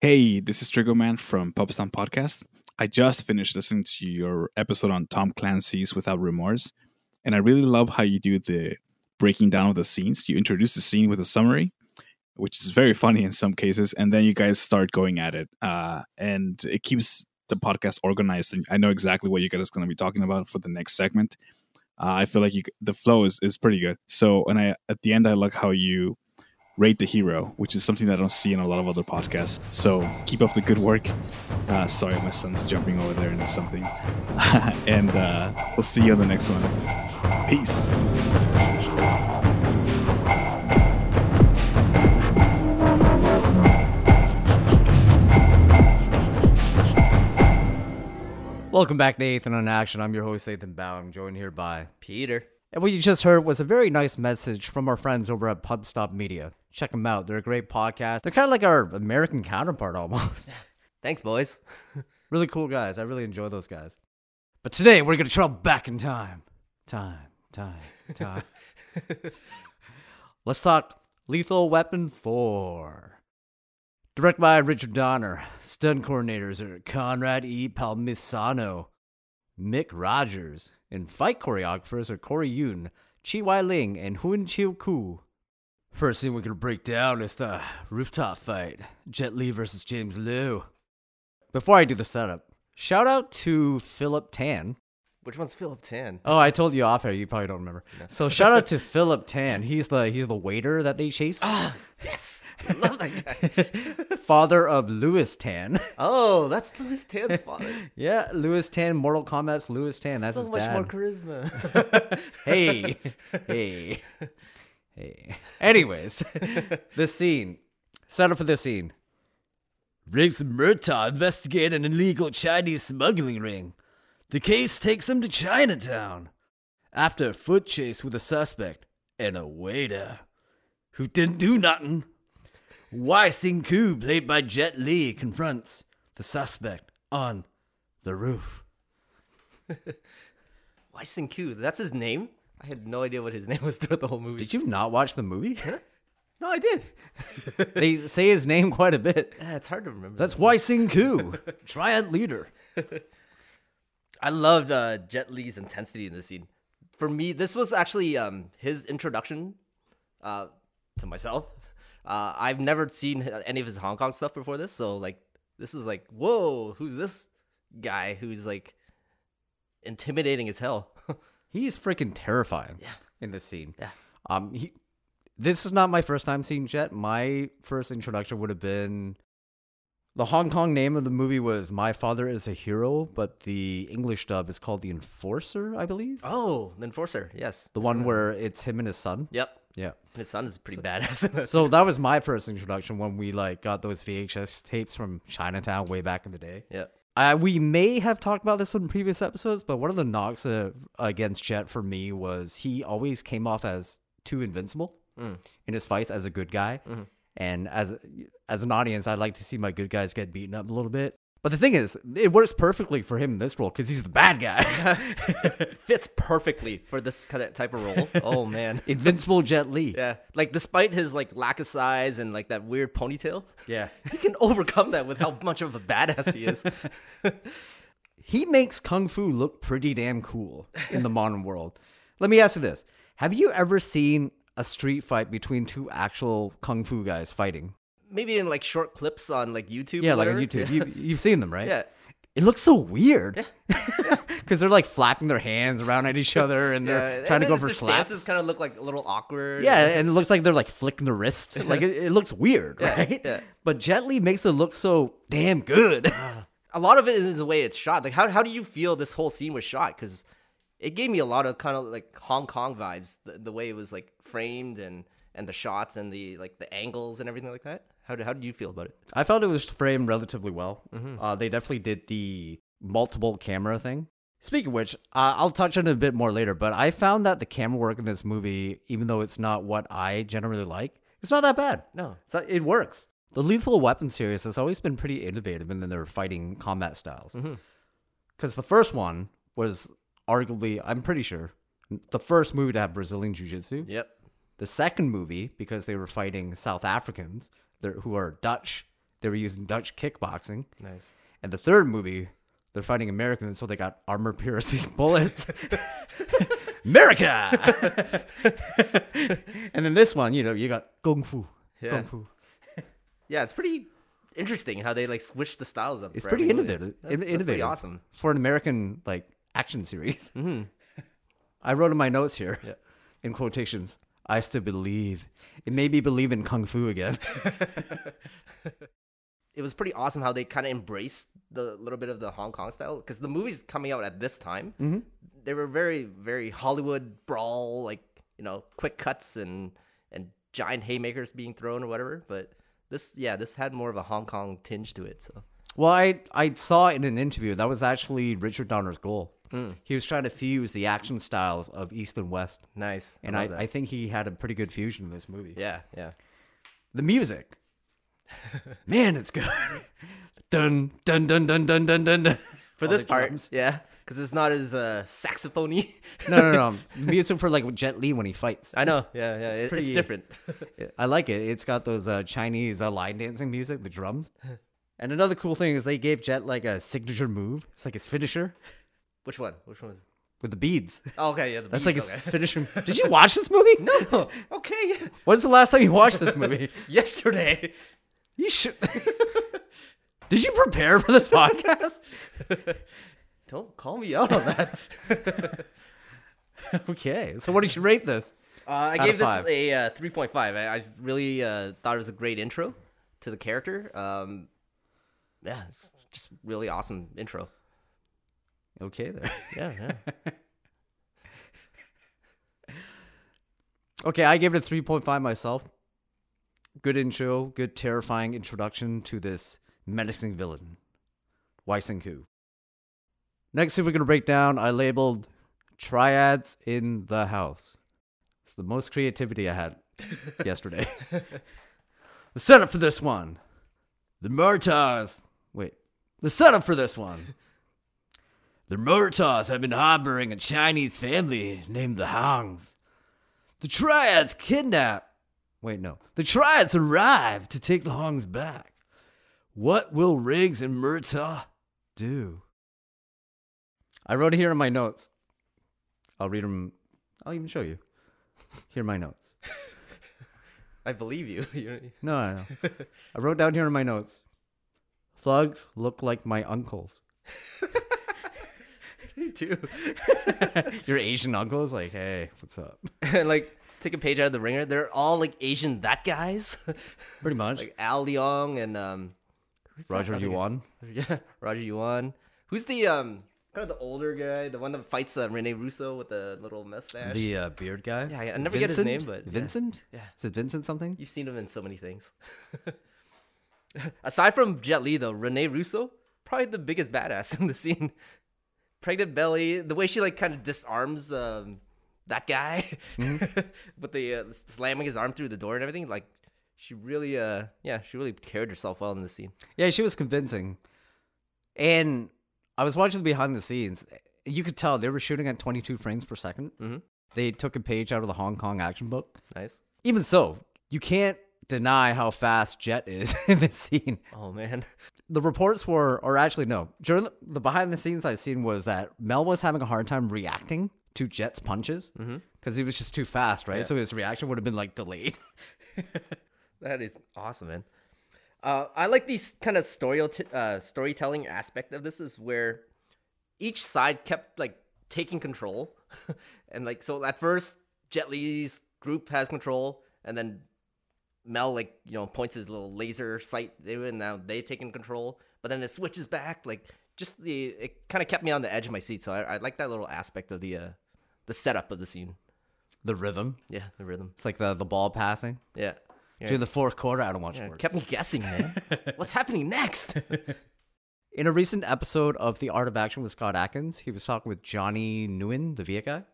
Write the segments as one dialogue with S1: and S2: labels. S1: Hey, this is Trigoman from Popistan Podcast. I just finished listening to your episode on Tom Clancy's Without Remorse, and I really love how you do the breaking down of the scenes. You introduce the scene with a summary, which is very funny in some cases, and then you guys start going at it. Uh, and it keeps the podcast organized, and I know exactly what you guys are going to be talking about for the next segment. Uh, I feel like you, the flow is, is pretty good. So, and I at the end, I like how you rate the hero, which is something that I don't see in a lot of other podcasts. So keep up the good work. Uh, sorry, my son's jumping over there into something. and uh, we'll see you on the next one. Peace.
S2: Welcome back to Ethan on Action. I'm your host, Ethan Bow. I'm joined here by.
S3: Peter.
S2: And what you just heard was a very nice message from our friends over at PubStop Media. Check them out. They're a great podcast. They're kind of like our American counterpart almost.
S3: Thanks, boys.
S2: really cool guys. I really enjoy those guys. But today we're going to travel back in time. Time, time, time. Let's talk Lethal Weapon 4. Directed by Richard Donner. Stunt coordinators are Conrad E. Palmisano, Mick Rogers, and fight choreographers are Corey Yoon, Chi Wai Ling, and Hoon Chiu Koo. First thing we're going to break down is the rooftop fight Jet Li versus James Liu. Before I do the setup, shout out to Philip Tan.
S3: Which one's Philip Tan?
S2: Oh, I told you off air. You probably don't remember. So shout out to Philip Tan. He's the he's the waiter that they chase.
S3: Oh. Yes, I love that guy.
S2: Father of Louis Tan.
S3: Oh, that's Louis Tan's father.
S2: yeah, Louis Tan. Mortal Kombat's Louis Tan. That's
S3: so
S2: his
S3: much
S2: dad.
S3: more charisma.
S2: hey, hey, hey. Anyways, this scene. Setup for this scene. Riggs and Murtaugh investigate an illegal Chinese smuggling ring. The case takes them to Chinatown. After a foot chase with a suspect and a waiter who didn't do nothing, Wai Sing Koo, played by Jet Li, confronts the suspect on the roof.
S3: Why Sing Koo? That's his name. I had no idea what his name was throughout the whole movie.
S2: Did you not watch the movie?
S3: No, I did.
S2: they say his name quite a bit.
S3: Yeah, it's hard to remember.
S2: That's Wai Sing Koo, triad leader.
S3: I loved uh, Jet Li's intensity in this scene. For me, this was actually um, his introduction uh, to myself. Uh, I've never seen any of his Hong Kong stuff before this, so like this is like, whoa, who's this guy who's like intimidating as hell?
S2: He's freaking terrifying in this scene. Yeah. Um, he, this is not my first time seeing Jet. My first introduction would have been the Hong Kong name of the movie was My Father is a Hero, but the English dub is called The Enforcer, I believe.
S3: oh, the enforcer, yes.
S2: The one where it's him and his son.
S3: Yep,
S2: Yeah.
S3: his son is pretty badass. in this.
S2: So that was my first introduction when we like got those VHS tapes from Chinatown way back in the day.
S3: yep.
S2: Uh, we may have talked about this in previous episodes, but one of the knocks uh, against Jet for me was he always came off as too invincible in his fights as a good guy. And as as an audience, I like to see my good guys get beaten up a little bit. But the thing is, it works perfectly for him in this role because he's the bad guy,
S3: Fits perfectly for this kind of type of role. Oh man.
S2: invincible Jet Li.
S3: Yeah, like despite his like lack of size and like that weird ponytail,
S2: yeah.
S3: he can overcome that with how much of a badass he is.
S2: he makes kung fu look pretty damn cool in the modern world. Let me ask you this: Have you ever seen a street fight between two actual kung fu guys fighting?
S3: Maybe in like short clips on like YouTube.
S2: Yeah,
S3: or
S2: like on
S3: whatever.
S2: YouTube. You, you've seen them, right?
S3: Yeah.
S2: It looks so weird because they're like flapping their hands around at each other and
S3: Yeah,
S2: they're
S3: Uh, and
S2: trying to go
S3: then
S2: for
S3: the
S2: slaps.
S3: Stances kind of look like a little awkward.
S2: Yeah, and it looks like they're like flicking the wrist. Like it, it looks weird,
S3: Yeah,
S2: right?
S3: yeah.
S2: But Jet Li makes it look so damn good.
S3: a lot of it is the way it's shot. Like, how how do you feel this whole scene was shot? Because it gave me a lot of kind of like Hong Kong vibes. The, the way it was like framed and and the shots and the like the angles and everything like that. How do, how did you feel about it?
S2: I felt it was framed relatively well. Uh, they definitely did the multiple camera thing. Speaking of which, uh, I'll touch on it a bit more later, but I found that the camera work in this movie, even though it's not what I generally like, it's not that bad.
S3: No.
S2: It's not- it works. The Lethal Weapon series has always been pretty innovative in their fighting combat styles. Because the first one was arguably, I'm pretty sure, the first movie to have Brazilian Jiu Jitsu.
S3: Yep.
S2: The second movie, because they were fighting South Africans they're- who are Dutch, They were using Dutch kickboxing.
S3: Nice.
S2: And the third movie, they're fighting Americans, so they got armor piercing bullets. America! and then this one, you know, you got kung fu.
S3: Yeah.
S2: Kung fu.
S3: Yeah, it's pretty interesting how they like switch the styles up.
S2: It's
S3: for
S2: pretty
S3: every movie.
S2: innovative.
S3: That's, that's
S2: innovative.
S3: pretty awesome. Mm-hmm.
S2: For an American like action series. I wrote in my notes here, in quotations, I still believe. It made me believe in kung fu again.
S3: It was pretty awesome how they kind of embraced the little bit of the Hong Kong style because the movies coming out at this time,
S2: Mm-hmm.
S3: they were very very Hollywood brawl, like you know, quick cuts and and giant haymakers being thrown or whatever. But this, yeah, this had more of a Hong Kong tinge to it. So
S2: Well, I I saw in an interview that was actually Richard Donner's goal.
S3: Hmm.
S2: He was trying to fuse the action styles of East and West,
S3: nice.
S2: and
S3: love
S2: I,
S3: that.
S2: I think he had a pretty good fusion in this movie.
S3: yeah, yeah.
S2: The music, man, it's good. dun dun dun dun dun dun dun. dun.
S3: For
S2: All
S3: this
S2: the
S3: part,
S2: drums.
S3: yeah, because it's not as uh, saxophony.
S2: no, no, no, music for like Jet Li when he fights.
S3: I know. Yeah, yeah. It's, it,
S2: pretty-
S3: it's different.
S2: I like it. It's got those uh, Chinese uh, line dancing music, the drums. And another cool thing is they gave Jet like a signature move. It's like his finisher
S3: Which one? Which one? Was...
S2: with the beads.
S3: Oh, okay, yeah. The
S2: That's like
S3: beads,
S2: his
S3: okay.
S2: finishing. Did you watch this movie?
S3: No. Okay. yeah.
S2: When's the last time you watched this movie?
S3: Yesterday.
S2: You should. Did you prepare for this podcast?
S3: Don't call me out on that.
S2: okay. So what did you rate this?
S3: Uh, I
S2: Out
S3: gave
S2: of
S3: this
S2: five.
S3: a uh, 3.5. I, I really uh, thought it was a great intro to the character. Um, yeah, just really awesome intro.
S2: Okay there.
S3: Yeah, yeah.
S2: Okay, I gave it a 3.5 myself. Good intro, good terrifying introduction to this menacing villain, Waisenku. Next, if we're going to break down, I labeled Triads in the House. It's the most creativity I had yesterday. the setup for this one. The Murtars. Wait. The setup for this one. The Murtars have been harboring a Chinese family named the Hangs. The triads kidnap. Wait, no. The triads arrive to take the Hongs back. What will Riggs and Murtaugh do? I wrote it here in my notes. I'll read them. I'll even show you. Here are my notes.
S3: I believe you. You're-
S2: No, no, no. I wrote down here in my notes. Thugs look like my uncles.
S3: Me too.
S2: Your Asian uncles, like, hey, what's up?
S3: and like, take a page out of The Ringer. They're all like Asian that guys,
S2: Pretty much.
S3: like Al Leong and um, who's that
S2: Roger
S3: other guy?
S2: Yuan.
S3: Yeah, Roger Yuan. Who's the um kind of the older guy, the one that fights uh, Rene Russo with the little mustache?
S2: The uh, beard guy.
S3: Yeah, yeah, I never get his name, but, yeah.
S2: Vincent.
S3: Yeah.
S2: Is it Vincent something?
S3: You've seen him in so many things. Aside from Jet Li, though, Rene Russo probably the biggest badass in the scene. Pregnant belly, the way she like kind of disarms um that guy Mm-hmm. with the uh, slamming his arm through the door and everything. Like she really, uh yeah, she really carried herself well in the scene.
S2: Yeah, she was convincing. And I was watching the behind the scenes. You could tell they were shooting at 22 frames per 2nd Mm-hmm. They took a page out of the Hong Kong action book.
S3: Nice.
S2: Even so, you can't deny how fast Jet is in this scene.
S3: Oh man.
S2: The reports were, or actually, no, during the, the behind the scenes I've seen was that Mel was having a hard time reacting to Jet's punches because
S3: Mm-hmm.
S2: he was just too fast, right? So his reaction would have been like delayed.
S3: That is awesome, man. Uh, I like these kind of story uh, storytelling aspect of this is where each side kept like taking control, and like so at first Jet Li's group has control, and then Mel like you know points his little laser sight, there, and now they taking control. But then it switches back, like just the it kind of kept me on the edge of my seat. So I, I like that little aspect of the uh, the setup of the scene.
S2: the rhythm.
S3: Yeah, the rhythm.
S2: It's like the, the ball passing.
S3: Yeah, yeah.
S2: During the fourth quarter, I don't watch
S3: Yeah,
S2: sports.
S3: it kept me guessing, man. What's happening next?
S2: In a recent episode of The Art of Action with Scott Atkins, he was talking with Johnny Nguyen, the Viet guy.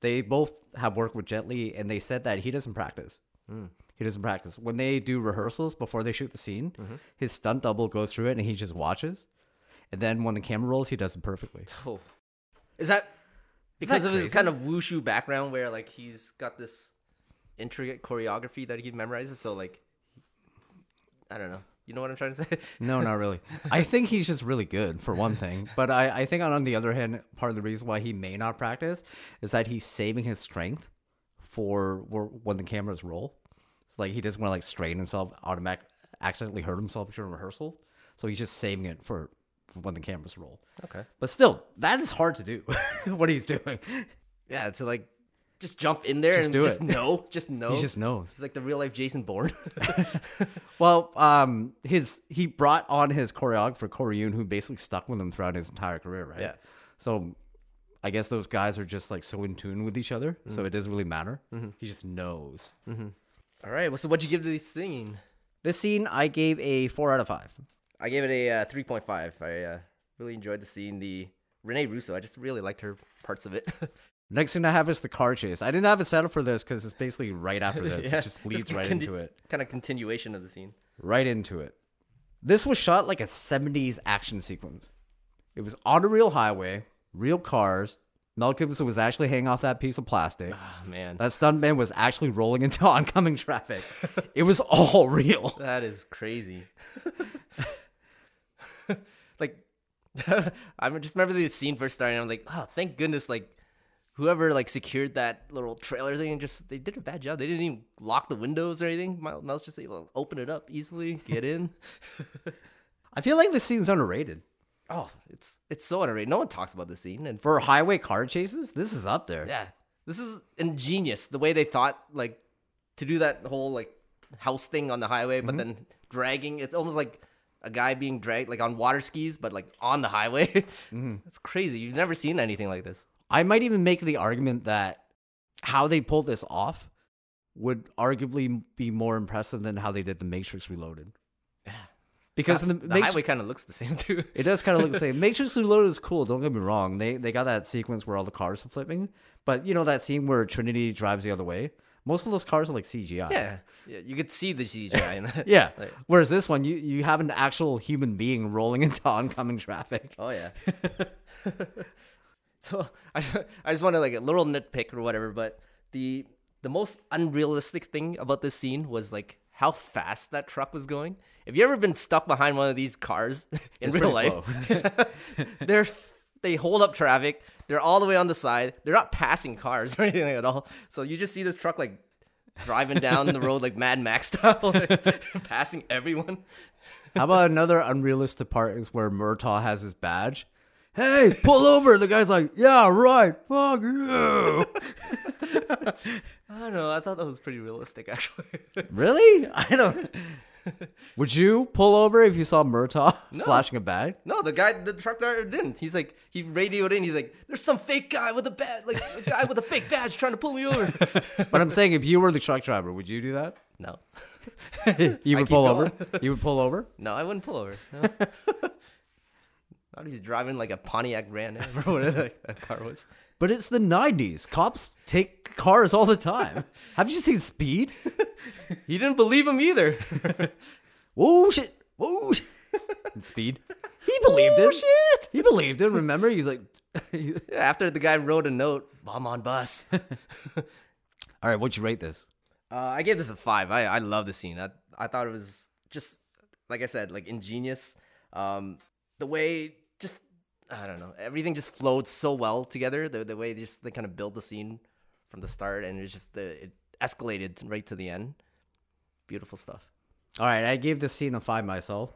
S2: They both have worked with Jet Li, and they said that he doesn't practice. He doesn't practice. When they do rehearsals before they shoot the scene, his stunt double goes through it and he just watches. And then when the camera rolls, he does it perfectly.
S3: Oh. Is that because of his
S2: crazy?
S3: kind of wushu background where like he's got this intricate choreography that he memorizes? So like I don't know. You know what I'm trying to say?
S2: No, not really. I think he's just really good for one thing. But I, I think on, on the other hand, part of the reason why he may not practice is that he's saving his strength for where, when the cameras roll. It's like he doesn't want to like strain himself, automatic, accidentally hurt himself during rehearsal. So he's just saving it for, for when the cameras roll.
S3: Okay.
S2: But still, that is hard to do. what he's doing,
S3: Yeah, to like just jump in there
S2: Just
S3: and
S2: do
S3: just
S2: it.
S3: know, just know.
S2: he just knows.
S3: He's like the real life Jason Bourne.
S2: Well, um, his he brought on his choreographer Corey Yoon, who basically stuck with him throughout his entire career, right?
S3: Yeah.
S2: So, I guess those guys are just like so in tune with each other, so it doesn't really matter. He just knows.
S3: All right. Well, so what'd you give to the singing?
S2: This scene, I gave a four out of five.
S3: I gave it a uh, 3.5. I uh, really enjoyed the scene. The Renee Russo, I just really liked her parts of it.
S2: Next thing I have is the car chase. I didn't have it set up for this because it's basically right after this. It just leads right into it.
S3: Kind of continuation of the scene.
S2: right into it. This was shot like a 70s action sequence. It was on a real highway, real cars. Mel Gibson was actually hanging off that piece of plastic.
S3: Oh, man.
S2: That stuntman was actually rolling into oncoming traffic. It was all real.
S3: That is crazy. like, I mean, just remember the scene first starting. I'm like, oh, thank goodness, like, whoever like secured that little trailer thing and just they did a bad job. They didn't even lock the windows or anything. Mel- Mel's just able to open it up easily, get in.
S2: I feel like this scene's underrated.
S3: oh, it's it's so underrated. No one talks about this scene, and
S2: For highway car chases, this is up there.
S3: yeah, this is ingenious the way they thought like to do that whole like house thing on the highway, but then dragging. It's almost like a guy being dragged like on water skis, but like on the highway. It's crazy. You've never seen anything like this.
S2: I might even make the argument that how they pulled this off would arguably be more impressive than how they did the Matrix Reloaded. Yeah. Because in the,
S3: The
S2: Matrix,
S3: highway kind of looks the same too.
S2: It does kind of look the same. Matrix Reloaded is cool. Don't get me wrong. They they got that sequence where all the cars are flipping, but you know that scene where Trinity drives the other way. Most of those cars are like CGI.
S3: yeah. yeah, you could see the CGI in that.
S2: Yeah.
S3: Like-
S2: Whereas this one, you, you have an actual human being rolling into oncoming traffic.
S3: Oh yeah. so I just, I just want to like a little nitpick or whatever, but the the most unrealistic thing about this scene was like how fast that truck was going. Have you ever been stuck behind one of these cars in
S2: It's
S3: real
S2: pretty
S3: life? they're they hold up traffic. They're all the way on the side. They're not passing cars or anything at all. So you just see this truck like driving down the road like Mad Max style, like, passing everyone.
S2: How about another unrealistic part is where Murtaugh has his badge? Hey, pull over. The guy's like, yeah, right. Fuck you.
S3: I don't know. I thought that was pretty realistic actually.
S2: really? I don't. Would you pull over if you saw Murtaugh flashing a badge?
S3: No, the guy, the truck driver didn't. He's like, he radioed in. He's like, there's some fake guy with a badge, like a guy with a fake badge trying to pull me over.
S2: But I'm saying if you were the truck driver, would you do that?
S3: no,
S2: You
S3: I
S2: would
S3: keep
S2: pull over.
S3: going.
S2: You would pull over.
S3: no, I wouldn't pull over. No. Not if he's driving like a Pontiac Grand Am or whatever like, that car was.
S2: But it's the '90s. Cops take cars all the time. Have you seen Speed?
S3: He didn't believe him either.
S2: Whoa shit! Whoa! shit. And Speed. He believed it. Shit! He believed it. Remember, he's like,
S3: Yeah, After the guy wrote a note, bomb on bus. uh,
S2: "All right, what'd you rate this?"
S3: I gave this a five. I, I love the scene. I, I thought it was just, like I said, like ingenious. Um, the way just I don't know, everything just flowed so well together. The the way they just they kind of build the scene from the start, and it's just uh, it escalated right to the end. Beautiful stuff.
S2: All right, I gave this scene a five myself.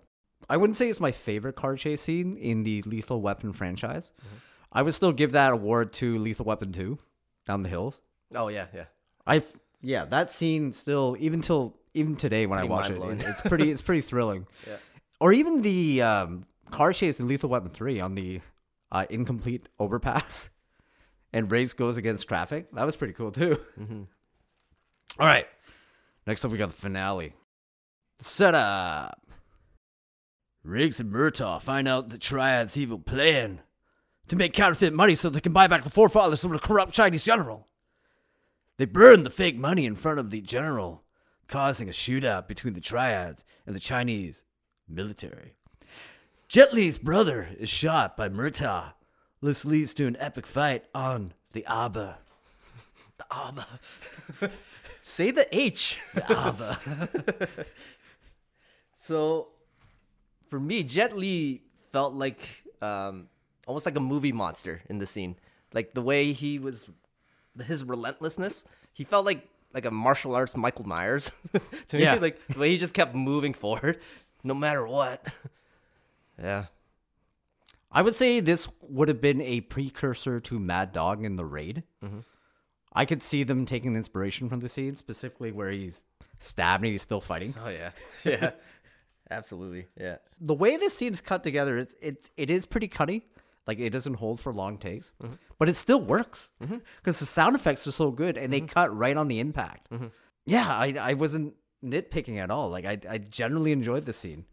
S2: I wouldn't say it's my favorite car chase scene in the Lethal Weapon franchise. I would still give that award to Lethal Weapon Two, Down the Hills.
S3: Oh yeah, yeah.
S2: I yeah, that scene still even till even today when I
S3: Pretty
S2: watch it,
S3: mind-blowing.
S2: it- it's pretty it's pretty thrilling. Or even the um, car chase in Lethal Weapon three on the uh, incomplete overpass, and race goes against traffic. That was pretty cool too. All right, next up we got the finale. Setup. Riggs and Murtaugh find out the Triad's evil plan to make counterfeit money so they can buy back the forefathers from the corrupt Chinese general. They burned the fake money in front of the general, causing a shootout between the triads and the Chinese military. Jet Li's brother is shot by Murtaugh. This leads to an epic fight on the Abba.
S3: Abba. Say the H.
S2: The Abba.
S3: So for me, Jet Li felt like um, almost like a movie monster in the scene. Like the way he was, his relentlessness. He felt like like a martial arts Michael Myers to me.
S2: Yeah.
S3: Like the way he just kept moving forward, no matter what. yeah.
S2: I would say this would have been a precursor to Mad Dog in the Raid.
S3: Mm-hmm.
S2: I could see them taking inspiration from the scene, specifically where he's stabbed and he's still fighting.
S3: Oh yeah. Yeah. Absolutely. Yeah.
S2: The way this scene's cut together, it's it, it is pretty cutty. Like it doesn't hold for long takes,
S3: Mm-hmm.
S2: but it still works because the sound effects are so good and
S3: Mm-hmm.
S2: they cut right on the impact. Yeah, I, I wasn't nitpicking at all. Like I I generally enjoyed the scene.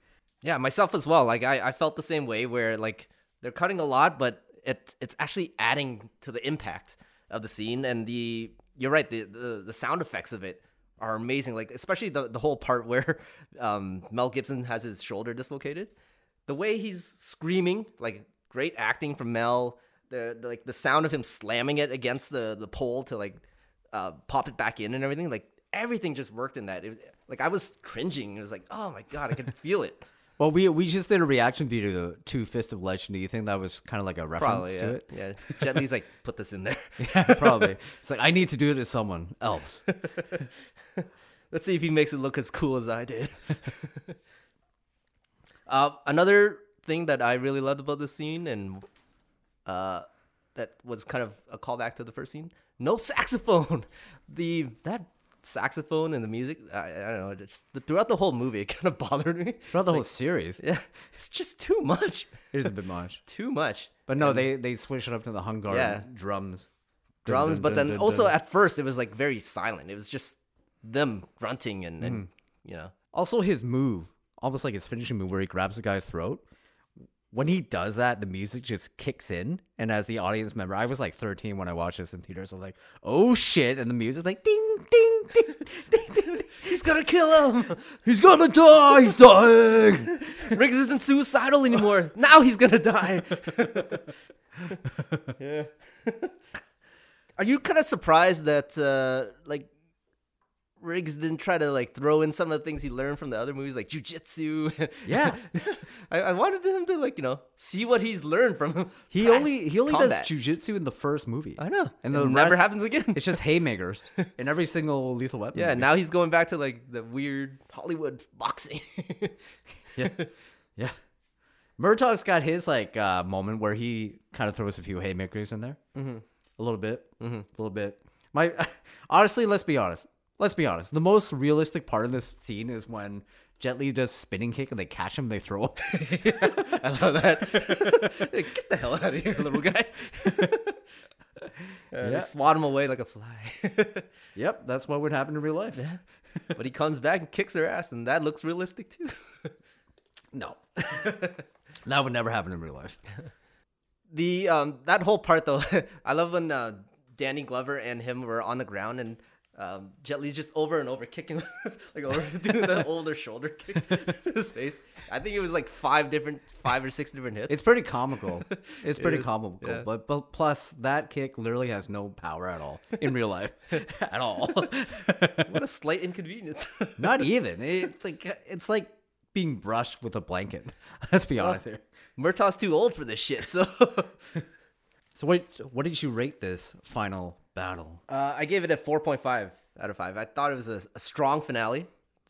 S3: Yeah, myself as well. Like I, I felt the same way where like they're cutting a lot, but it it's actually adding to the impact of the scene and the you're right, the the, the sound effects of it are amazing. Like especially the, the whole part where um, Mel Gibson has his shoulder dislocated. The way he's screaming, like great acting from Mel. The, the like the sound of him slamming it against the the pole to like uh, pop it back in and everything. Like everything just worked in that. It, was- like I was cringing. It was like, oh my god, I could feel it.
S2: Well, we we just did a reaction video to Fist of Legend. Do you think that was kind of like a reference
S3: Probably,
S2: to
S3: yeah.
S2: it?
S3: Yeah, Jet Li's like, put this in there.
S2: Probably. It's like I need to do it to someone else.
S3: Let's see if he makes it look as cool as I did. uh, another thing that I really loved about this scene, and uh, that was kind of a callback to the first scene. No saxophone. The that saxophone and the music. I, I don't know. Just throughout the whole movie, it kind of bothered me.
S2: Throughout the whole series, it
S3: Yeah, it's just too much.
S2: is a bit much.
S3: Too much.
S2: But no, they they switch it up to the Hungar
S3: Yeah.
S2: drums.
S3: drums,
S2: Dun,
S3: but
S2: dun,
S3: then
S2: dun,
S3: also
S2: dun.
S3: at first it was like very silent. It was just them grunting and, and
S2: Mm-hmm.
S3: you know.
S2: also his move, almost like his finishing move, where he grabs the guy's throat. When he does that, the music just kicks in, and as the audience member, I was like 13 when I watched this in theaters. I'm like, oh shit! And the music's like ding, ding, ding, ding, ding. ding.
S3: He's gonna kill him.
S2: He's gonna die. He's dying.
S3: Riggs isn't suicidal anymore. Now he's gonna die. yeah. Are you kind of surprised that uh, like Riggs didn't try to like throw in some of the things he learned from the other movies, like jujitsu?
S2: Yeah.
S3: I, I wanted him to like you know see what he's learned from.
S2: He
S3: past
S2: only he only does
S3: combat.
S2: jujitsu in the first movie.
S3: I know,
S2: and
S3: and
S2: the
S3: it never
S2: rest-
S3: happens again.
S2: It's just haymakers in every single Lethal Weapon.
S3: Yeah,
S2: movie.
S3: now he's going back to like the weird Hollywood boxing.
S2: yeah. Murtaugh's got his like uh, moment where he kind of throws a few haymakers in there, mm-hmm. a little bit, mm-hmm. a little bit. My honestly, let's be honest. Let's be honest. The most realistic part of this scene is when Jet Li does spinning kick and they catch him. They throw him.
S3: I love that. Get the hell out of here, little guy. Uh, They
S2: Yeah.
S3: swat him away like a fly.
S2: yep, that's what would happen in real life.
S3: but he comes back and kicks their ass, and that looks realistic too.
S2: No, that would never happen in real life.
S3: The um that whole part though, I love when uh, Danny Glover and him were on the ground and um, Jet Li's just over and over kicking, like over doing the older shoulder kick to his face. I think it was like five different, five or six different hits.
S2: It's pretty comical. It's pretty
S3: is,
S2: comical.
S3: yeah.
S2: But but plus that kick literally has no power at all in real life, at all.
S3: what a slight inconvenience.
S2: Not even. It's like it's like being brushed with a blanket. Let's be honest here.
S3: Murtaugh's too old for this shit, so
S2: So what what did you rate this final battle?
S3: uh, I gave it a 4.5 out of 5. I thought it was a, a strong finale,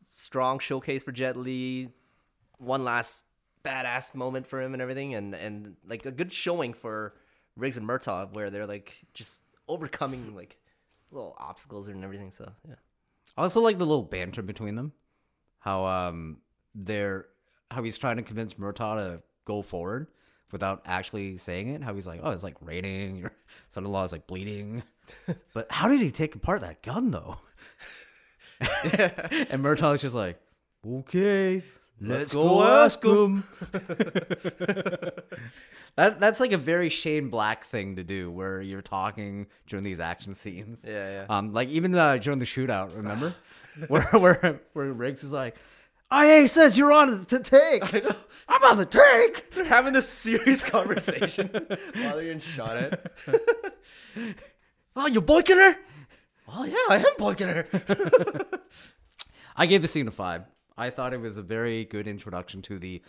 S3: strong showcase for Jet Li, one last badass moment for him and everything, and, and like a good showing for Riggs and Murtaugh where they're like just overcoming like little obstacles and everything. So yeah,
S2: I also like the little banter between them. How um they're how he's trying to convince Murtaugh to go forward without actually saying it. How he's like, Oh, it's like raining, your son in law is like bleeding. but how did he take apart that gun though? and Murtaugh's just like, Okay, let's, go, ask him. that that's like a very Shane Black thing to do where you're talking during these action scenes.
S3: Yeah, yeah.
S2: Um, like even uh, during the shootout, remember, where where where Riggs is like, IA says you're on to take. I'm on the take.
S3: they're having this serious conversation while they're getting shot at. oh, you're boycotting her? Oh yeah, I am boycotting her.
S2: I gave the scene a five. I thought it was a very good introduction to the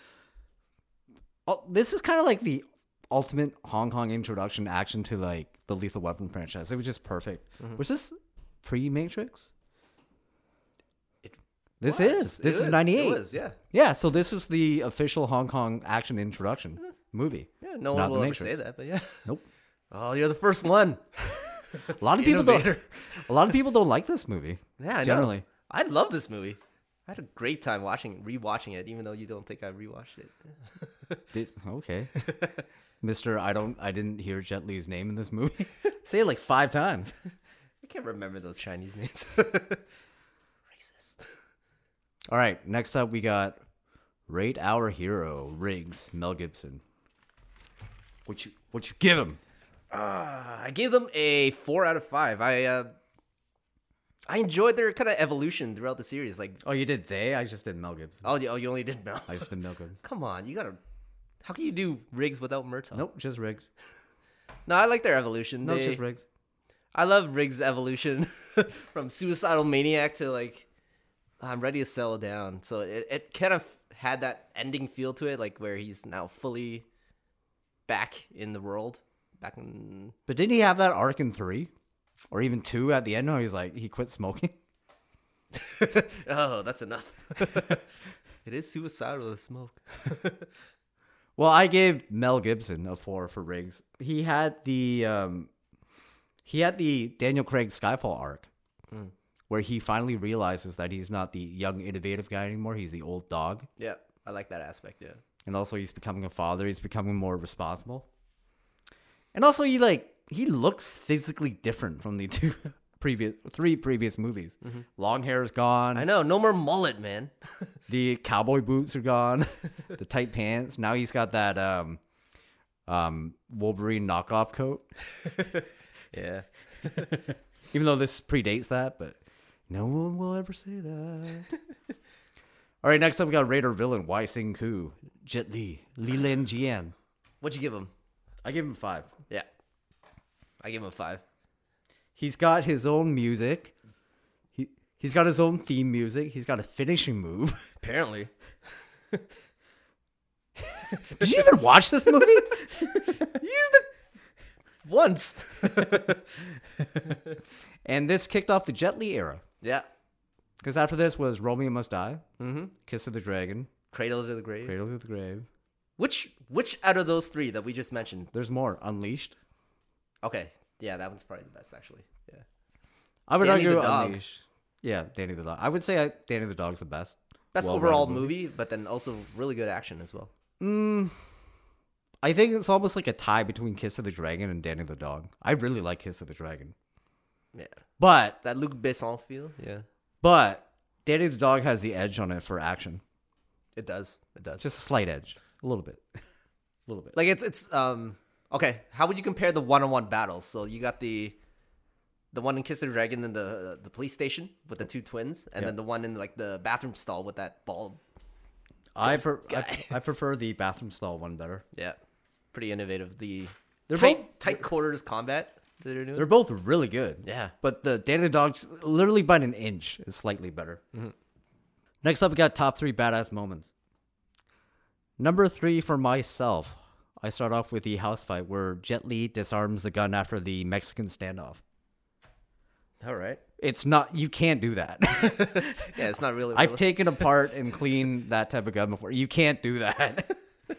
S2: Oh, this is kind of like the ultimate Hong Kong introduction action to like the Lethal Weapon franchise. It was just perfect.
S3: Mm-hmm.
S2: Was this pre Matrix? This
S3: It
S2: is.
S3: was.
S2: This
S3: It
S2: is
S3: is. It
S2: 98.
S3: was, yeah.
S2: Yeah, so this was the official Hong Kong action introduction movie.
S3: Mm. Yeah,
S2: not
S3: no one
S2: The
S3: will ever
S2: Matrix.
S3: say that, but yeah.
S2: Nope.
S3: Oh, you're the first one.
S2: A lot of people don't,
S3: Innovator.
S2: a lot of people don't like this movie.
S3: Yeah, I know.
S2: generally.
S3: I love this movie. I had a great time watching, rewatching it, even though you don't think I rewatched it.
S2: Did, okay. Mr. I don't I didn't hear Jet Li's name in this movie. Say it like 5 times.
S3: I can't remember those Chinese names.
S2: All right, next up we got Rate Our Hero, Riggs, Mel Gibson. What you what you give him?
S3: I gave them a four out of five. I uh, I enjoyed their kind of evolution throughout the series. Like,
S2: Oh, you did they? I just did Mel Gibson.
S3: oh, you, oh, you only did Mel.
S2: I just did Mel Gibson.
S3: Come on, you gotta. How can you do Riggs without Murtaugh?
S2: Nope, just Riggs.
S3: No, I like their evolution.
S2: No,
S3: They-
S2: just Riggs.
S3: I love Riggs' evolution from suicidal maniac to like I'm ready to settle down. So it, it kind of had that ending feel to it, like where he's now fully back in the world, back in
S2: But didn't he have that arc in 3 or even 2 at the end? No, he's like he quit smoking.
S3: oh, that's enough. it is suicidal to smoke.
S2: Well, I gave Mel Gibson a four for Riggs. He had the um, he had the Daniel Craig Skyfall arc, where he finally realizes that he's not the young innovative guy anymore. He's the old dog,
S3: Yeah, I like that aspect. Yeah,
S2: and also he's becoming a father. He's becoming more responsible, and also he like he looks physically different from the two previous three previous movies. Long hair is gone.
S3: I know. No more mullet, man.
S2: The cowboy boots are gone. the tight pants. Now he's got that um, um, Wolverine knockoff coat.
S3: Yeah,
S2: Even though this predates that, but no one will ever say that. All right, next up we got Raider villain Wai Sing Ku, Jet Li, Li Lin Jian.
S3: what'd you give him?
S2: I give him five.
S3: Yeah, I give him a five.
S2: He's got his own music. He he's got his own theme music. He's got a finishing move.
S3: Apparently,
S2: Did you even watch this movie?
S3: once.
S2: and this kicked off the Jet Li era.
S3: yeah,
S2: Because after this was Romeo Must Die, mm-hmm. Kiss of the Dragon,
S3: Cradle to the Grave.
S2: Cradle of the Grave.
S3: Which which out of those three that we just mentioned?
S2: There's more. Unleashed.
S3: Okay, yeah, that one's probably the best actually. Yeah,
S2: I would
S3: Danny the
S2: argue
S3: Dog.
S2: Unleashed. Yeah, Danny the Dog. I would say I, Danny the Dog's the best.
S3: best
S2: Well-rounded
S3: overall movie, but then also really good action as well.
S2: I think it's almost like a tie between Kiss of the Dragon and Danny the Dog. I really like Kiss of the Dragon.
S3: Yeah,
S2: But
S3: that Luc Besson feel. Yeah,
S2: but Danny the Dog has the edge on it for action.
S3: it does. It does.
S2: Just a slight edge. A little bit. A little bit.
S3: like it's it's um okay. How would you compare the one-on-one battles? So you got the the one in Kiss of the Dragon in the the police station with the two twins, and
S2: Yeah.
S3: then the one in like the bathroom stall with that bald.
S2: I,
S3: this
S2: per- I
S3: guy.
S2: I prefer the bathroom stall one better.
S3: Yeah, pretty innovative. The
S2: They're
S3: tight
S2: both-
S3: tight quarters combat that they're doing.
S2: They're both really good.
S3: Yeah.
S2: But the Danny the Dog, literally by an inch, is slightly better. Next up, we got top three badass moments. Number three for myself. I start off with the house fight where Jet Li disarms the gun after the Mexican standoff.
S3: All right.
S2: It's not, you can't do that.
S3: Yeah, it's not really.
S2: I've taken apart and cleaned that type of gun before. You can't do that.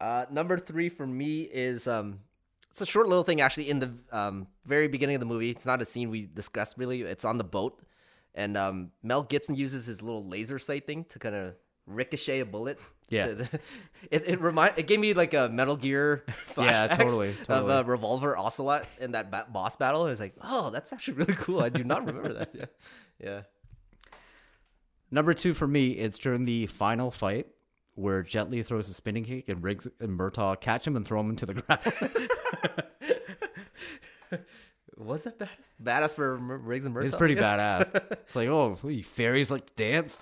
S3: Uh, number three for me is um, it's a short little thing actually in the um, very beginning of the movie. It's not a scene we discussed really. It's on the boat, and um, Mel Gibson uses his little laser sight thing to kind of ricochet a bullet.
S2: Yeah.
S3: to the- it it remind it gave me like a Metal Gear
S2: Yeah,
S3: flashbacks
S2: totally,
S3: of
S2: totally.
S3: a revolver ocelot in that ba- boss battle. I was like, oh, that's actually really cool. I do not remember that. Yeah, yeah.
S2: Number two for me, it's during the final fight where Jet Li throws a spinning kick and Riggs and Murtaugh catch him and throw him into the ground.
S3: Was that badass? Badass for M- Riggs and Murtaugh.
S2: It's pretty
S3: I guess.
S2: badass. It's like, oh, you fairies like to dance.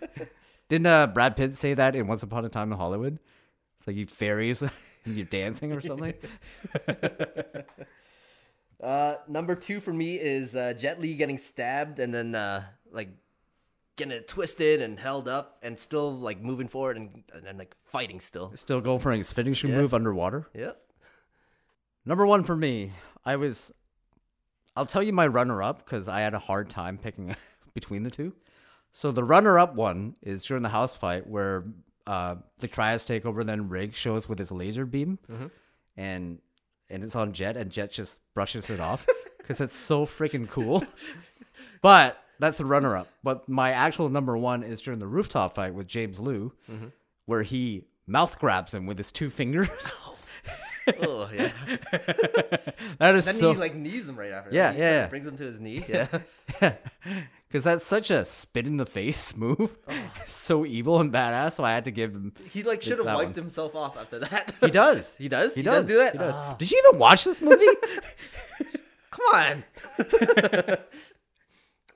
S2: Didn't uh, Brad Pitt say that in Once Upon a Time in Hollywood? It's like you fairies, and you're dancing or something.
S3: Uh, number two for me is uh, Jet Li getting stabbed and then uh, like getting it twisted and held up and still like moving forward and and, then, like fighting still.
S2: Still go for his finishing
S3: Yeah.
S2: move underwater.
S3: Yep.
S2: Number one for me, I was. I'll tell you my runner up because I had a hard time picking between the two. So the runner up one is during the house fight where uh, the triads take over, then Rig shows with his laser beam,
S3: Mm-hmm.
S2: and and it's on Jet, and Jet just brushes it off because it's so freaking cool. but that's the runner up. But my actual number one is during the rooftop fight with James Liu,
S3: Mm-hmm.
S2: where he mouth grabs him with his two fingers.
S3: Oh yeah.
S2: that is
S3: Then
S2: so
S3: he like knees him right after.
S2: Yeah,
S3: He
S2: yeah,
S3: kinda
S2: yeah.
S3: Brings him to his knee. Yeah.
S2: Because that's such a spit in the face move.
S3: Oh.
S2: so evil and badass. So I had to give him.
S3: he like should have
S2: that
S3: wiped
S2: one.
S3: himself off after that.
S2: He does.
S3: He does? He does do that?
S2: He does.
S3: Ah.
S2: Did you even watch this movie?
S3: Come on.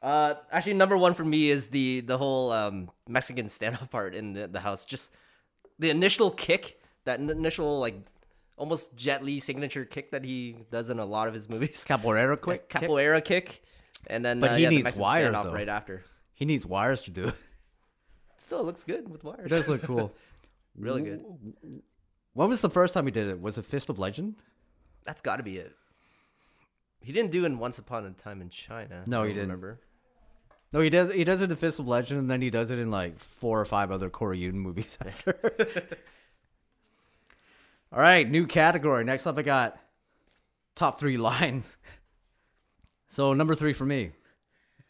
S3: uh, actually, number one for me is the the whole um, Mexican standoff part in the, the house. Just the initial kick, that n- initial like almost Jet Li signature kick that he does in a lot of his movies.
S2: Capoeira quick. kick.
S3: Capoeira kick, and then
S2: But
S3: uh,
S2: he
S3: yeah, the
S2: needs
S3: Mexican
S2: wires,
S3: standoff
S2: though.
S3: right after.
S2: He needs wires to do it.
S3: Still looks good with wires.
S2: It does look cool.
S3: really good.
S2: When was the first time he did it? Was it Fist of Legend?
S3: That's got to be it. He didn't do in Once Upon a Time in China.
S2: No,
S3: I
S2: he
S3: don't
S2: didn't.
S3: Remember?
S2: No, he does. He does it in Fist of Legend, and then he does it in like four or five other Korean movies after. All right, new category. Next up, I got top three lines. So number three for me.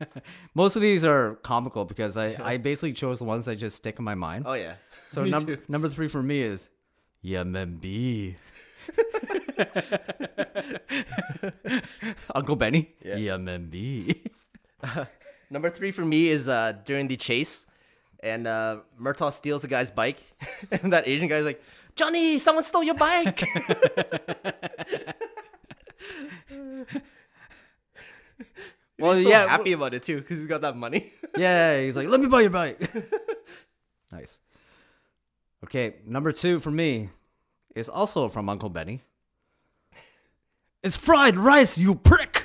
S2: Most of these are comical because I, I basically chose the ones that just stick in my mind.
S3: Oh yeah.
S2: so number number three for me is Yamembi. Uncle Benny. Yeah.
S3: Number three for me is uh, during the chase, and uh, Murtaugh steals a guy's bike, and that Asian guy's like, "Johnny, someone stole your bike."
S2: Well,
S3: he's so
S2: yeah,
S3: happy about it too because he's got that money.
S2: Yeah, he's like, let me buy your bike. nice. Okay, number two for me is also from Uncle Benny. It's fried rice, you prick.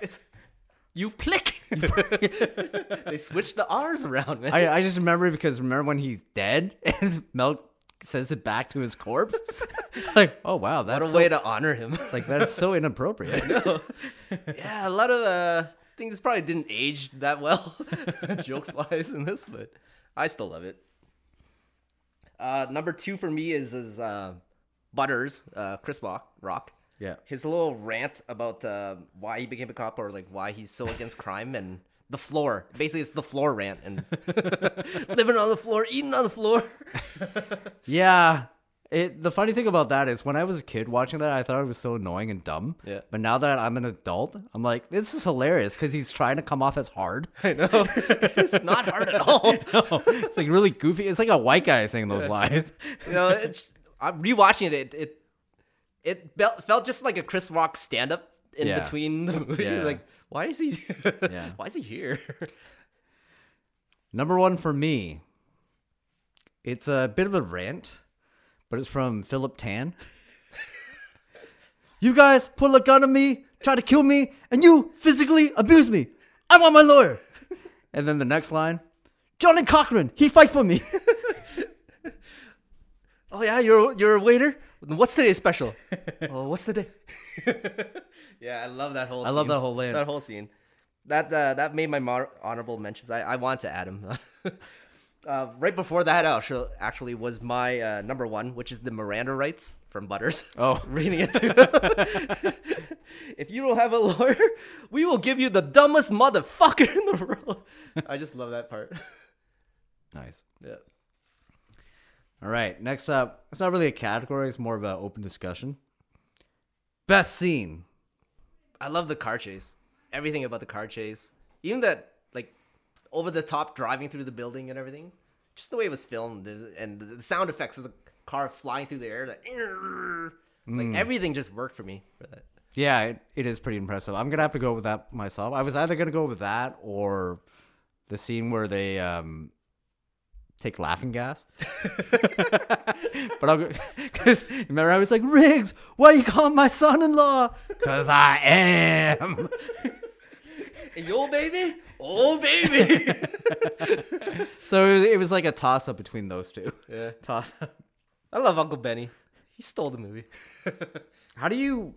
S3: it's you plick. they switched the R's around, man.
S2: I, I just remember because remember when he's dead and Mel says it back to his corpse. like, oh wow,
S3: what a
S2: that's so,
S3: way to honor him.
S2: like that's so inappropriate.
S3: yeah, a lot of uh, things probably didn't age that well, jokes wise, in this, but I still love it. Uh, number two for me is is uh, Butters, uh, Chris Rock, Rock.
S2: Yeah.
S3: His little rant about uh, why he became a cop or like why he's so against crime and the floor. Basically, it's the floor rant and living on the floor, eating on the floor.
S2: Yeah. It, the funny thing about that is when I was a kid watching that, I thought it was so annoying and dumb.
S3: Yeah.
S2: But now that I'm an adult, I'm like, this is hilarious because he's trying to come off as hard.
S3: It's not hard at all.
S2: it's like really goofy. It's like a white guy saying those lines.
S3: you know, it's I'm rewatching it. It it, it felt, felt just like a Chris Rock stand up in
S2: Yeah.
S3: between the movie.
S2: Yeah.
S3: Like, why is he? Why is he here?
S2: Number one for me, it's a bit of a rant, but it's from Philip Tan. you guys pull a gun on me, try to kill me, and you physically abuse me. I want my lawyer. and then the next line, Johnny Cochran, he fight for me.
S3: Oh yeah, you're you're a waiter. What's today's special? oh, what's the day? yeah, I love that whole.
S2: I love
S3: scene.
S2: that whole layer.
S3: That whole scene. That uh, that made my mar- honorable mentions. I I want to add him. Uh, right before that, actually, actually was my uh, number one, which is the Miranda rights from Butters.
S2: Oh.
S3: reading it. to- if you don't have a lawyer, we will give you the dumbest motherfucker in the world. I just love that part.
S2: nice.
S3: Yeah.
S2: All right, next up, it's not really a category, it's more of an open discussion. Best scene.
S3: I love the car chase. Everything about the car chase, even that like over the top driving through the building and everything. Just the way it was filmed and the sound effects of the car flying through the air, like, like everything just worked for me for that.
S2: Yeah, it, it is pretty impressive. I'm gonna have to go with that myself. I was either gonna go with that or the scene where they um, take laughing gas. but I'll because remember I was like Riggs, why you call my son-in-law? Cause I am.
S3: Yo, baby, oh baby.
S2: So it was, it was like a toss up between those two.
S3: yeah.
S2: toss up.
S3: I love Uncle Benny. He stole the movie.
S2: How do you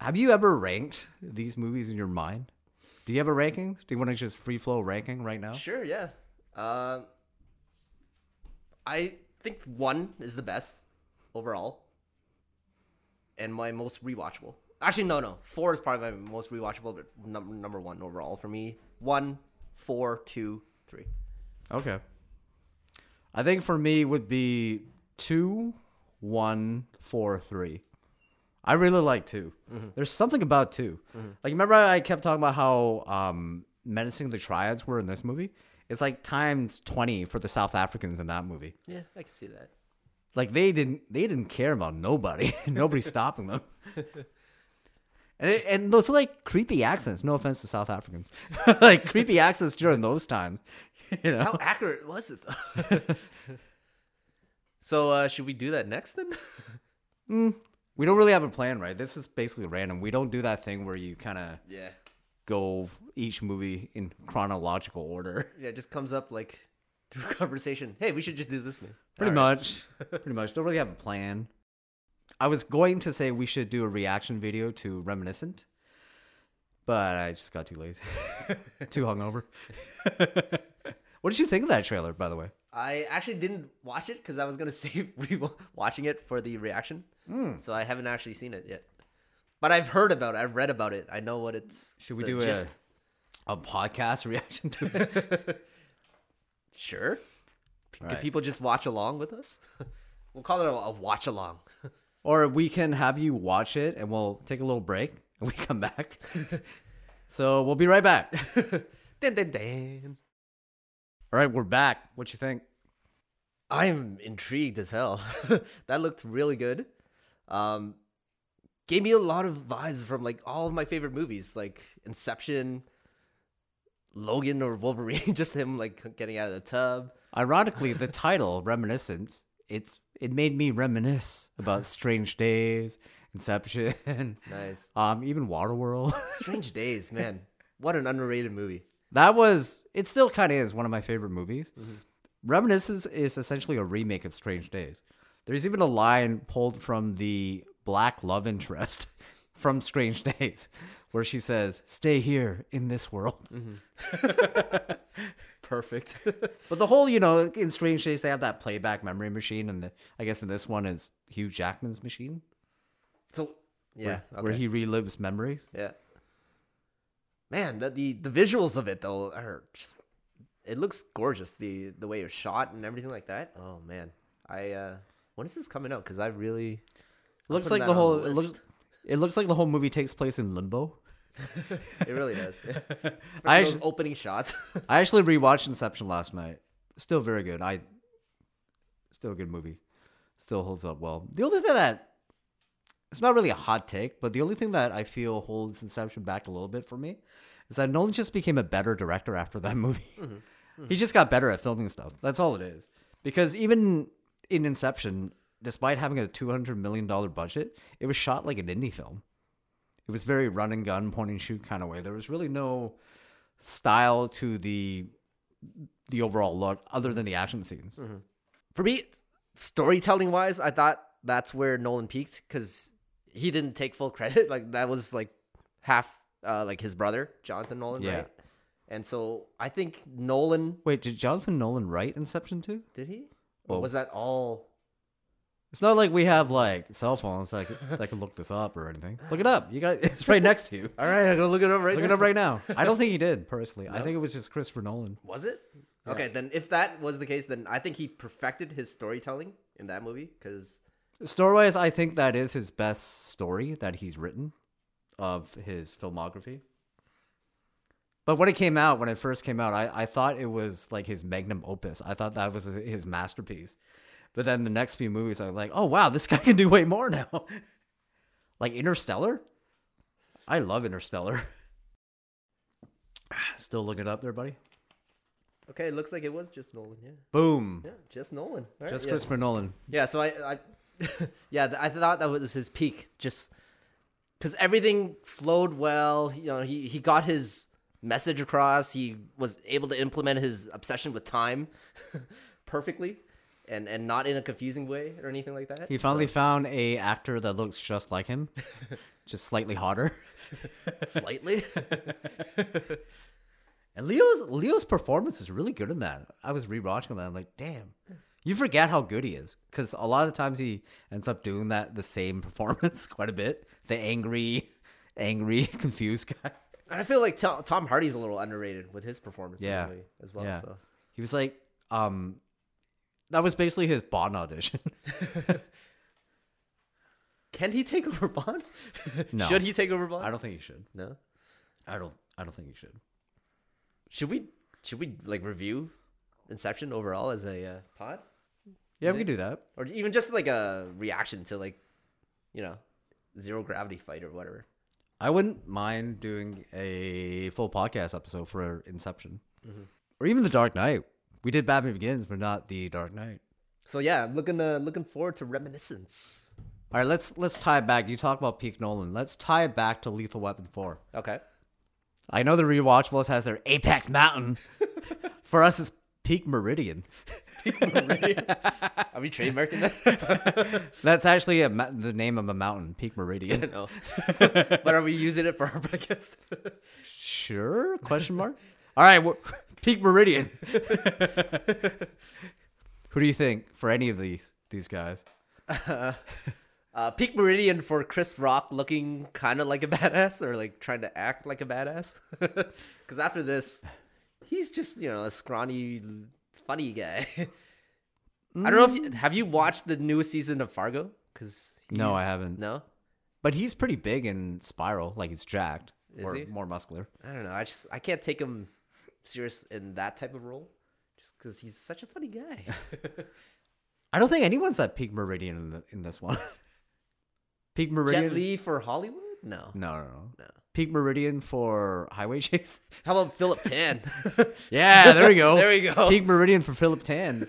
S2: have you ever ranked these movies in your mind? Do you have a ranking? Do you want to just free flow ranking right now?
S3: Sure, yeah. Um, I think one is the best overall, and my most rewatchable. Actually, no, no, four is probably my most rewatchable, but number number one overall for me. One, four, two, three.
S2: Okay. I think for me would be two, one, four, three. I really like 2 There's something about 2 Like remember I kept talking about how um, menacing the triads were in this movie. It's like times twenty for the South Africans in that movie.
S3: Yeah, I can see that.
S2: Like they didn't they didn't care about nobody. nobody stopping them. And, it- and those like creepy accents. No offense to South Africans, like creepy accents during those times. You know,
S3: How accurate was it though? so uh, should we do that next then?
S2: we don't really have a plan, right? This is basically random. We don't do that thing where you kind of
S3: Yeah,
S2: go each movie in chronological order.
S3: yeah. It just comes up like through conversation. Hey, we should just do this, man.
S2: Pretty
S3: All right.
S2: much. Pretty much. Don't really have a plan. I was going to say we should do a reaction video to Reminiscent, but I just got too lazy. too hungover. what did you think of that trailer, by the way?
S3: I actually didn't watch it because I was gonna save re- watching it for the reaction.
S2: Hmm.
S3: So I haven't actually seen it yet, but I've heard about it. I've read about it. I know what it's.
S2: Should we
S3: the
S2: do a, a podcast reaction to it?
S3: Sure. P- Can
S2: Right.
S3: people just watch along with us? we'll call it a, a watch along.
S2: or we can have you watch it and we'll take a little break and we come back. so we'll be right back.
S3: Dun, dun, dun.
S2: All right, we're back. What you think?
S3: I am intrigued as hell. that looked really good. Um, gave me a lot of vibes from like all of my favorite movies, like Inception, Logan or Wolverine. just him like getting out of the tub.
S2: Ironically, the title "Reminiscence" it's it made me reminisce about Strange Days, Inception,
S3: Nice.
S2: um, even Waterworld.
S3: Strange Days, man. What an underrated movie.
S2: that was it. Still kind of is one of my favorite movies. Reminiscence is essentially a remake of Strange Days. There's even a line pulled from the black love interest from Strange Days, where she says, "Stay here in this world."
S3: Perfect.
S2: But the whole, you know, in Strange Days, they have that playback memory machine, and the, I guess in this one is Hugh Jackman's machine,
S3: so yeah, okay.
S2: where he relives memories.
S3: yeah. Man, the, the the visuals of it though are just it looks gorgeous. The the way it's shot and everything like that. Oh man, I uh when is this coming out? Because I really I'm
S2: looks
S3: putting
S2: like
S3: that
S2: the
S3: on
S2: whole it
S3: list.
S2: looks, it looks like the whole movie takes place in limbo.
S3: it really does.
S2: I
S3: I those
S2: actu-
S3: opening shots.
S2: I actually rewatched Inception last night. Still very good. I still a good movie. Still holds up well. The only thing that it's not really a hot take, but the only thing that I feel holds Inception back a little bit for me is that Nolan just became a better director after that movie. He just got better at filming stuff. That's all it is. Because even in Inception, despite having a two hundred million dollar budget, it was shot like an indie film. It was very run and gun, point and shoot kind of way. There was really no style to the the overall look other than the action scenes.
S3: Mm-hmm. for me, storytelling wise, I thought that's where Nolan peaked because he didn't take full credit. Like that was like half uh, like his brother Jonathan Nolan,
S2: Yeah.
S3: right? And so I think Nolan
S2: Wait, did Jonathan Nolan write Inception too?
S3: did he? Or
S2: Well-
S3: was that all?
S2: It's not like we have like cell phones that I could, that I could look this up or anything. Look it up. You got it's right next to you.
S3: All right, I'm gonna look it up right
S2: Look
S3: now.
S2: it up right now. I don't think he did personally. I think it was just Christopher Nolan.
S3: Was it? Okay, then if that was the case, then I think he perfected his storytelling in that movie because
S2: Story-wise, I think that is his best story that he's written of his filmography. But when it came out, when it first came out, I, I thought it was like his magnum opus. I thought that was his masterpiece. But then the next few movies, I was like, oh wow, this guy can do way more now. like Interstellar? I love Interstellar. Still looking it up there, buddy.
S3: okay, it looks like it was just Nolan. Yeah,
S2: Boom.
S3: yeah, just Nolan. All right,
S2: Just
S3: yeah.
S2: Christopher Nolan.
S3: Yeah, so I, I yeah, th- I thought that was his peak, just because everything flowed well. You know, he he got his message across. He was able to implement his obsession with time perfectly, and and not in a confusing way or anything like that.
S2: He finally found a actor that looks just like him, just slightly hotter.
S3: slightly.
S2: And Leo's Leo's performance is really good in that. I was rewatching that. I'm like, damn, you forget how good he is because a lot of times he ends up doing that the same performance quite a bit. The angry, angry, confused guy.
S3: And I feel like Tom, Tom Hardy's a little underrated with his performance
S2: Yeah.
S3: in the movie as well. So
S2: He was like, um, that was basically his Bond audition.
S3: can he take over Bond?
S2: No.
S3: Should he take over Bond?
S2: I don't think he should.
S3: no.
S2: I don't. I don't think he should.
S3: Should we should we like review Inception overall as a uh, pod,
S2: Yeah, we could do that.
S3: or even just like a reaction to like, you know, zero gravity fight or whatever?
S2: I wouldn't mind doing a full podcast episode for Inception, or even The Dark Knight. We did Batman Begins, but not The Dark Knight.
S3: So yeah, I'm looking uh, looking forward to reminiscence.
S2: All right, let's let's tie it back. You talk about Peak Nolan. Let's tie it back to Lethal Weapon Four.
S3: Okay.
S2: I know the rewatchables has their apex mountain. For us, it's Peak Meridian.
S3: Are we trademarking that?
S2: That's actually a, ma- the name of a mountain, Peak Meridian.
S3: no. but are we using it for our podcast?
S2: sure? Question mark. All right, we're- Peak Meridian. Who do you think for any of these these guys?
S3: Uh, Peak Meridian for Chris Rock looking kind of like a badass or like trying to act like a badass. Because after this, he's just, you know, a scrawny, funny guy. I don't know if you, have you watched the newest season of Fargo? Cause
S2: Mm. No, I
S3: he's-
S2: haven't.
S3: No,
S2: But he's pretty big in Spiral. Like he's jacked
S3: Is
S2: or
S3: he?
S2: more muscular.
S3: I don't know. I just I can't take him serious in that type of role, just because he's such a funny guy.
S2: I don't think anyone's at Peak Meridian in, the, in this one. Peak Meridian.
S3: Jet Li for Hollywood? No,
S2: No, no, no.
S3: no.
S2: Peak Meridian for Highway Chase.
S3: How about Philip Tan?
S2: yeah, there we go.
S3: There we go.
S2: Peak Meridian for Philip Tan.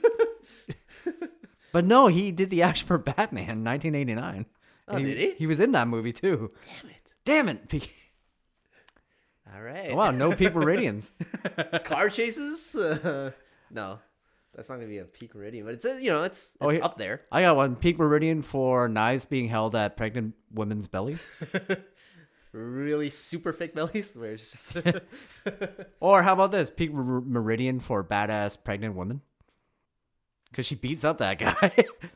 S2: but no, he did the action for Batman, 1989.
S3: Oh,
S2: And
S3: did he?
S2: He was in that movie too.
S3: Damn it!
S2: Damn it! Peak.
S3: All right.
S2: Wow, no Peak Meridians.
S3: car chases? Uh, no, that's not gonna be a peak meridian, but it's uh, you know it's it's
S2: Oh, here-
S3: up there.
S2: I got one. Peak Meridian for knives being held at pregnant women's bellies,
S3: Really super fake bellies where it's just
S2: or how about this? Peak Mer- Meridian for badass pregnant woman, because she beats up that guy by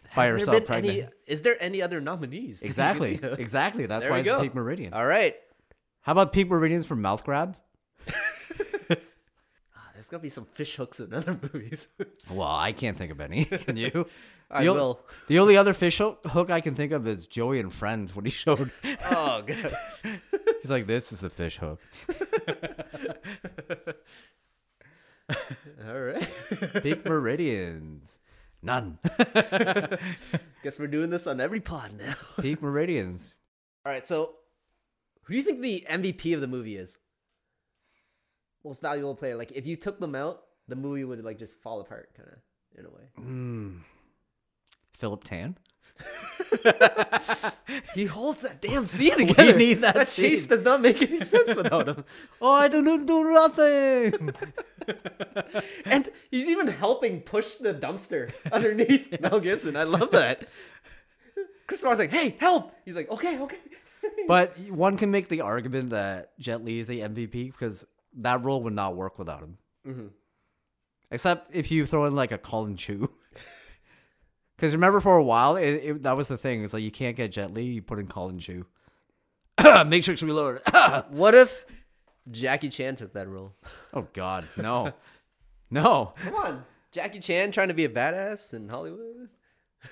S3: Has there
S2: herself
S3: been
S2: pregnant.
S3: any- Is there any other nominees?
S2: Exactly, exactly. That's
S3: There
S2: why
S3: we
S2: it's
S3: go.
S2: Peak Meridian.
S3: All right.
S2: How about peak meridians for mouth grabs?
S3: Ah, There's gonna be some fish hooks in other movies.
S2: Well, I can't think of any. Can you?
S3: I
S2: The o-
S3: will.
S2: The only other fish hook, hook I can think of is Joey and Friends when he showed.
S3: oh god.
S2: He's like, "This is a fish hook."
S3: All right.
S2: Peak meridians, none.
S3: Guess we're doing this on every pod now.
S2: Peak meridians.
S3: All right. So, who do you think the MVP of the movie is? Most valuable player. Like, if you took them out, the movie would like just fall apart, kind of in a way.
S2: Philip Tan.
S3: He holds that damn scene
S2: together.
S3: again.
S2: need that
S3: that
S2: scene.
S3: chase does not make any sense without him.
S2: Oh, I don't do nothing.
S3: And he's even helping push the dumpster underneath Mel Gibson. I love that. Chris Rock's like, "Hey, help!" He's like, "Okay, okay."
S2: but one can make the argument that Jet Li is the MVP because that role would not work without him. Except if you throw in like a Colin Chu. Because remember, for a while, it, it, that was the thing. It's like you can't get Jet Li, you put in Colin Chu. Matrix Reloaded.
S3: Uh, What if Jackie Chan took that role?
S2: oh, God. No. No.
S3: Come on, Jackie Chan trying to be a badass in Hollywood.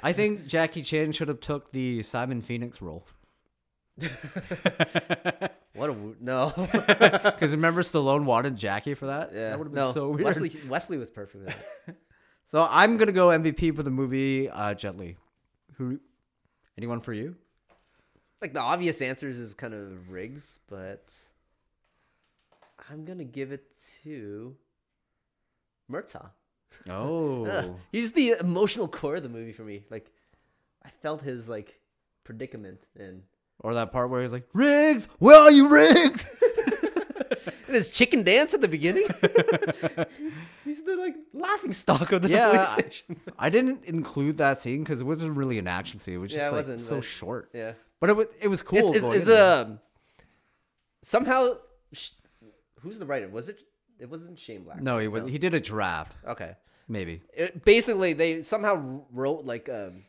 S2: I think Jackie Chan should have took the Simon Phoenix role.
S3: What a wo- no.
S2: Because remember, Stallone wanted Jackie for that?
S3: Yeah,
S2: That would have been so weird.
S3: Wesley Wesley was perfect. With that.
S2: So I'm gonna go MVP for the movie uh, Jet Li. Who? Anyone for you?
S3: like the obvious answers is kind of rigs, but I'm gonna give it to Murtaugh. Ugh,
S2: Oh,
S3: He's the emotional core of the movie for me. Like I felt his like predicament and
S2: or that part where he's like, "Riggs, where are you, Riggs?"
S3: and his chicken dance at the beginning. He's the like laughing stock of the
S2: Yeah.
S3: police station.
S2: I didn't include that scene because it wasn't really an action scene. It was just
S3: Yeah, it
S2: like,
S3: wasn't,
S2: so
S3: but-
S2: short.
S3: yeah.
S2: But it was, it was cool.
S3: It's,
S2: going
S3: it's, it's
S2: in there.
S3: a somehow. Sh- who's the writer? Was it? It wasn't Shane Black.
S2: No, he was he did a draft,
S3: Okay.
S2: maybe.
S3: It, basically, they somehow wrote like um,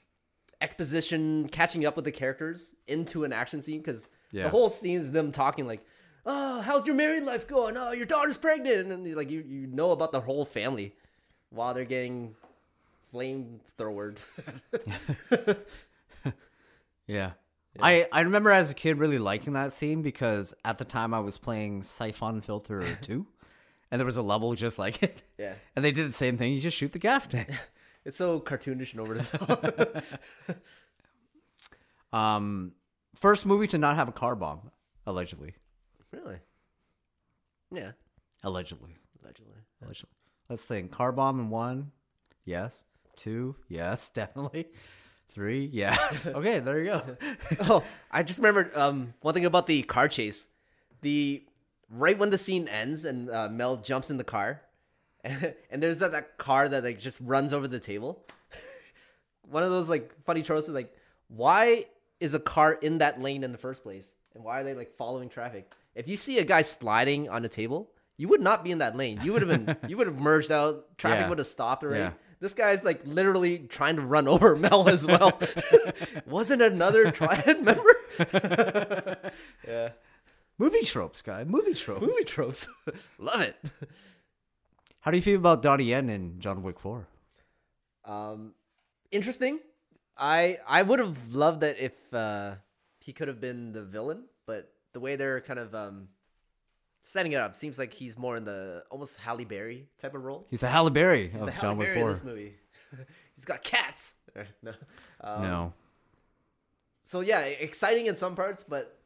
S3: exposition, catching up with the characters into an action scene because
S2: Yeah.
S3: the whole scene is them talking like, "Oh, how's your married life going? Oh, your daughter's pregnant," and then like you you know about the whole family while they're getting flamethrowered.
S2: Yeah. I, I remember as a kid really liking that scene because at the time I was playing Siphon Filter 2 and there was a level just like it.
S3: yeah,
S2: And they did the same thing. You just shoot the gas tank.
S3: it's so cartoonish and over the top.
S2: Um, first movie to not have a car bomb, allegedly.
S3: really? Yeah,
S2: Allegedly.
S3: allegedly.
S2: Allegedly. Let's think. Car bomb in one. Yes. Two. Yes, definitely. Three. Yes. Okay, there you go.
S3: oh, I just remembered um, one thing about the car chase. The right when the scene ends and uh, Mel jumps in the car, and, there's that, that car that like just runs over the table. one of those like funny tropes is like, why is a car in that lane in the first place, and why are they like following traffic? If you see a guy sliding on a table, you would not be in that lane. You would have been. you would have merged out. Traffic
S2: Yeah.
S3: would have stopped already.
S2: Yeah.
S3: This guy's like literally trying to run over Mel as well. Wasn't another triad member?
S2: Movie tropes, guy. Movie tropes.
S3: Movie tropes. Love it.
S2: How do you feel about Donnie Yen in John Wick 4?
S3: Um, interesting. I I would have loved that if uh, he could have been the villain, but the way they're kind of um, setting it up seems like he's more in the almost Halle Berry type of role.
S2: He's the Halle Berry
S3: He's
S2: of
S3: the Halle
S2: John Wick
S3: Berry in
S2: 4.
S3: this movie. he's got cats. no. Um,
S2: no.
S3: so yeah, e-, exciting in some parts, but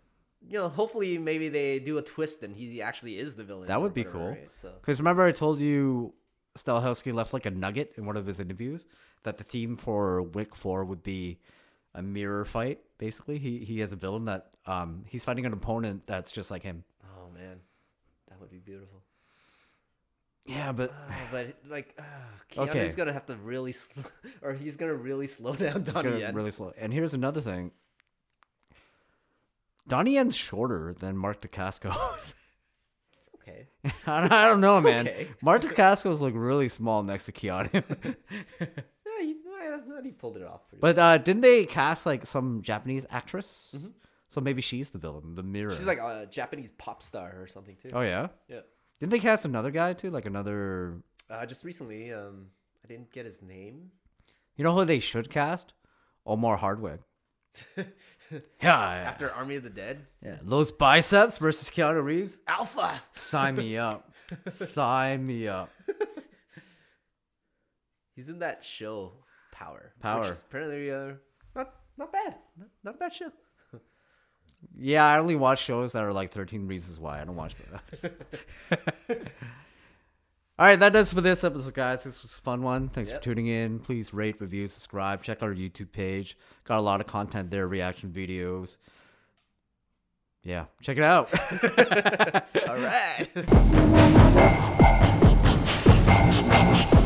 S3: you know, hopefully maybe they do a twist and he actually is the villain.
S2: That
S3: or
S2: would be
S3: whatever,
S2: cool.
S3: right? So
S2: Because remember I told you Stelhowski left like a nugget in one of his interviews that the theme for Wick 4 would be a mirror fight, basically. He he has a villain that um he's fighting an opponent that's just like him.
S3: oh man, that would be beautiful.
S2: Yeah, but
S3: Oh, but like, uh, Keanu's
S2: Okay.
S3: gonna have to really, sl- or he's gonna really slow down
S2: it's
S3: Donnie
S2: gonna
S3: Yen.
S2: really slow. And here's another thing. Donnie Yen's shorter than Mark DeCascos.
S3: It's okay.
S2: I don't- I don't know, man.
S3: okay.
S2: Mark DeCascos look really small next to Keanu.
S3: Yeah, he, I thought he pulled it off. Pretty
S2: But uh, didn't they cast like some Japanese actress? So maybe she's the villain, the mirror.
S3: well. Mm-hmm. she's like a Japanese pop star or something too.
S2: oh yeah.
S3: Yeah.
S2: Didn't they cast another guy too? Like another.
S3: Uh, just recently, um, I didn't get his name.
S2: You know who they should cast? Omar Hardwick. yeah.
S3: After Army of the Dead,
S2: yeah. Those biceps versus Keanu Reeves.
S3: Alpha.
S2: Sign me up. Sign me up.
S3: He's in that show, Power.
S2: Power.
S3: Which is apparently, uh, not not bad. Not, not a bad show.
S2: Yeah, I only watch shows that are like 13 Reasons Why. I don't watch the others. All right, that does it for this episode, guys. This was a fun one. Thanks
S3: Yep.
S2: for tuning in. Please rate, review, subscribe. Check out our YouTube page. Got a lot of content there, reaction videos. Yeah, check it out.
S3: All right.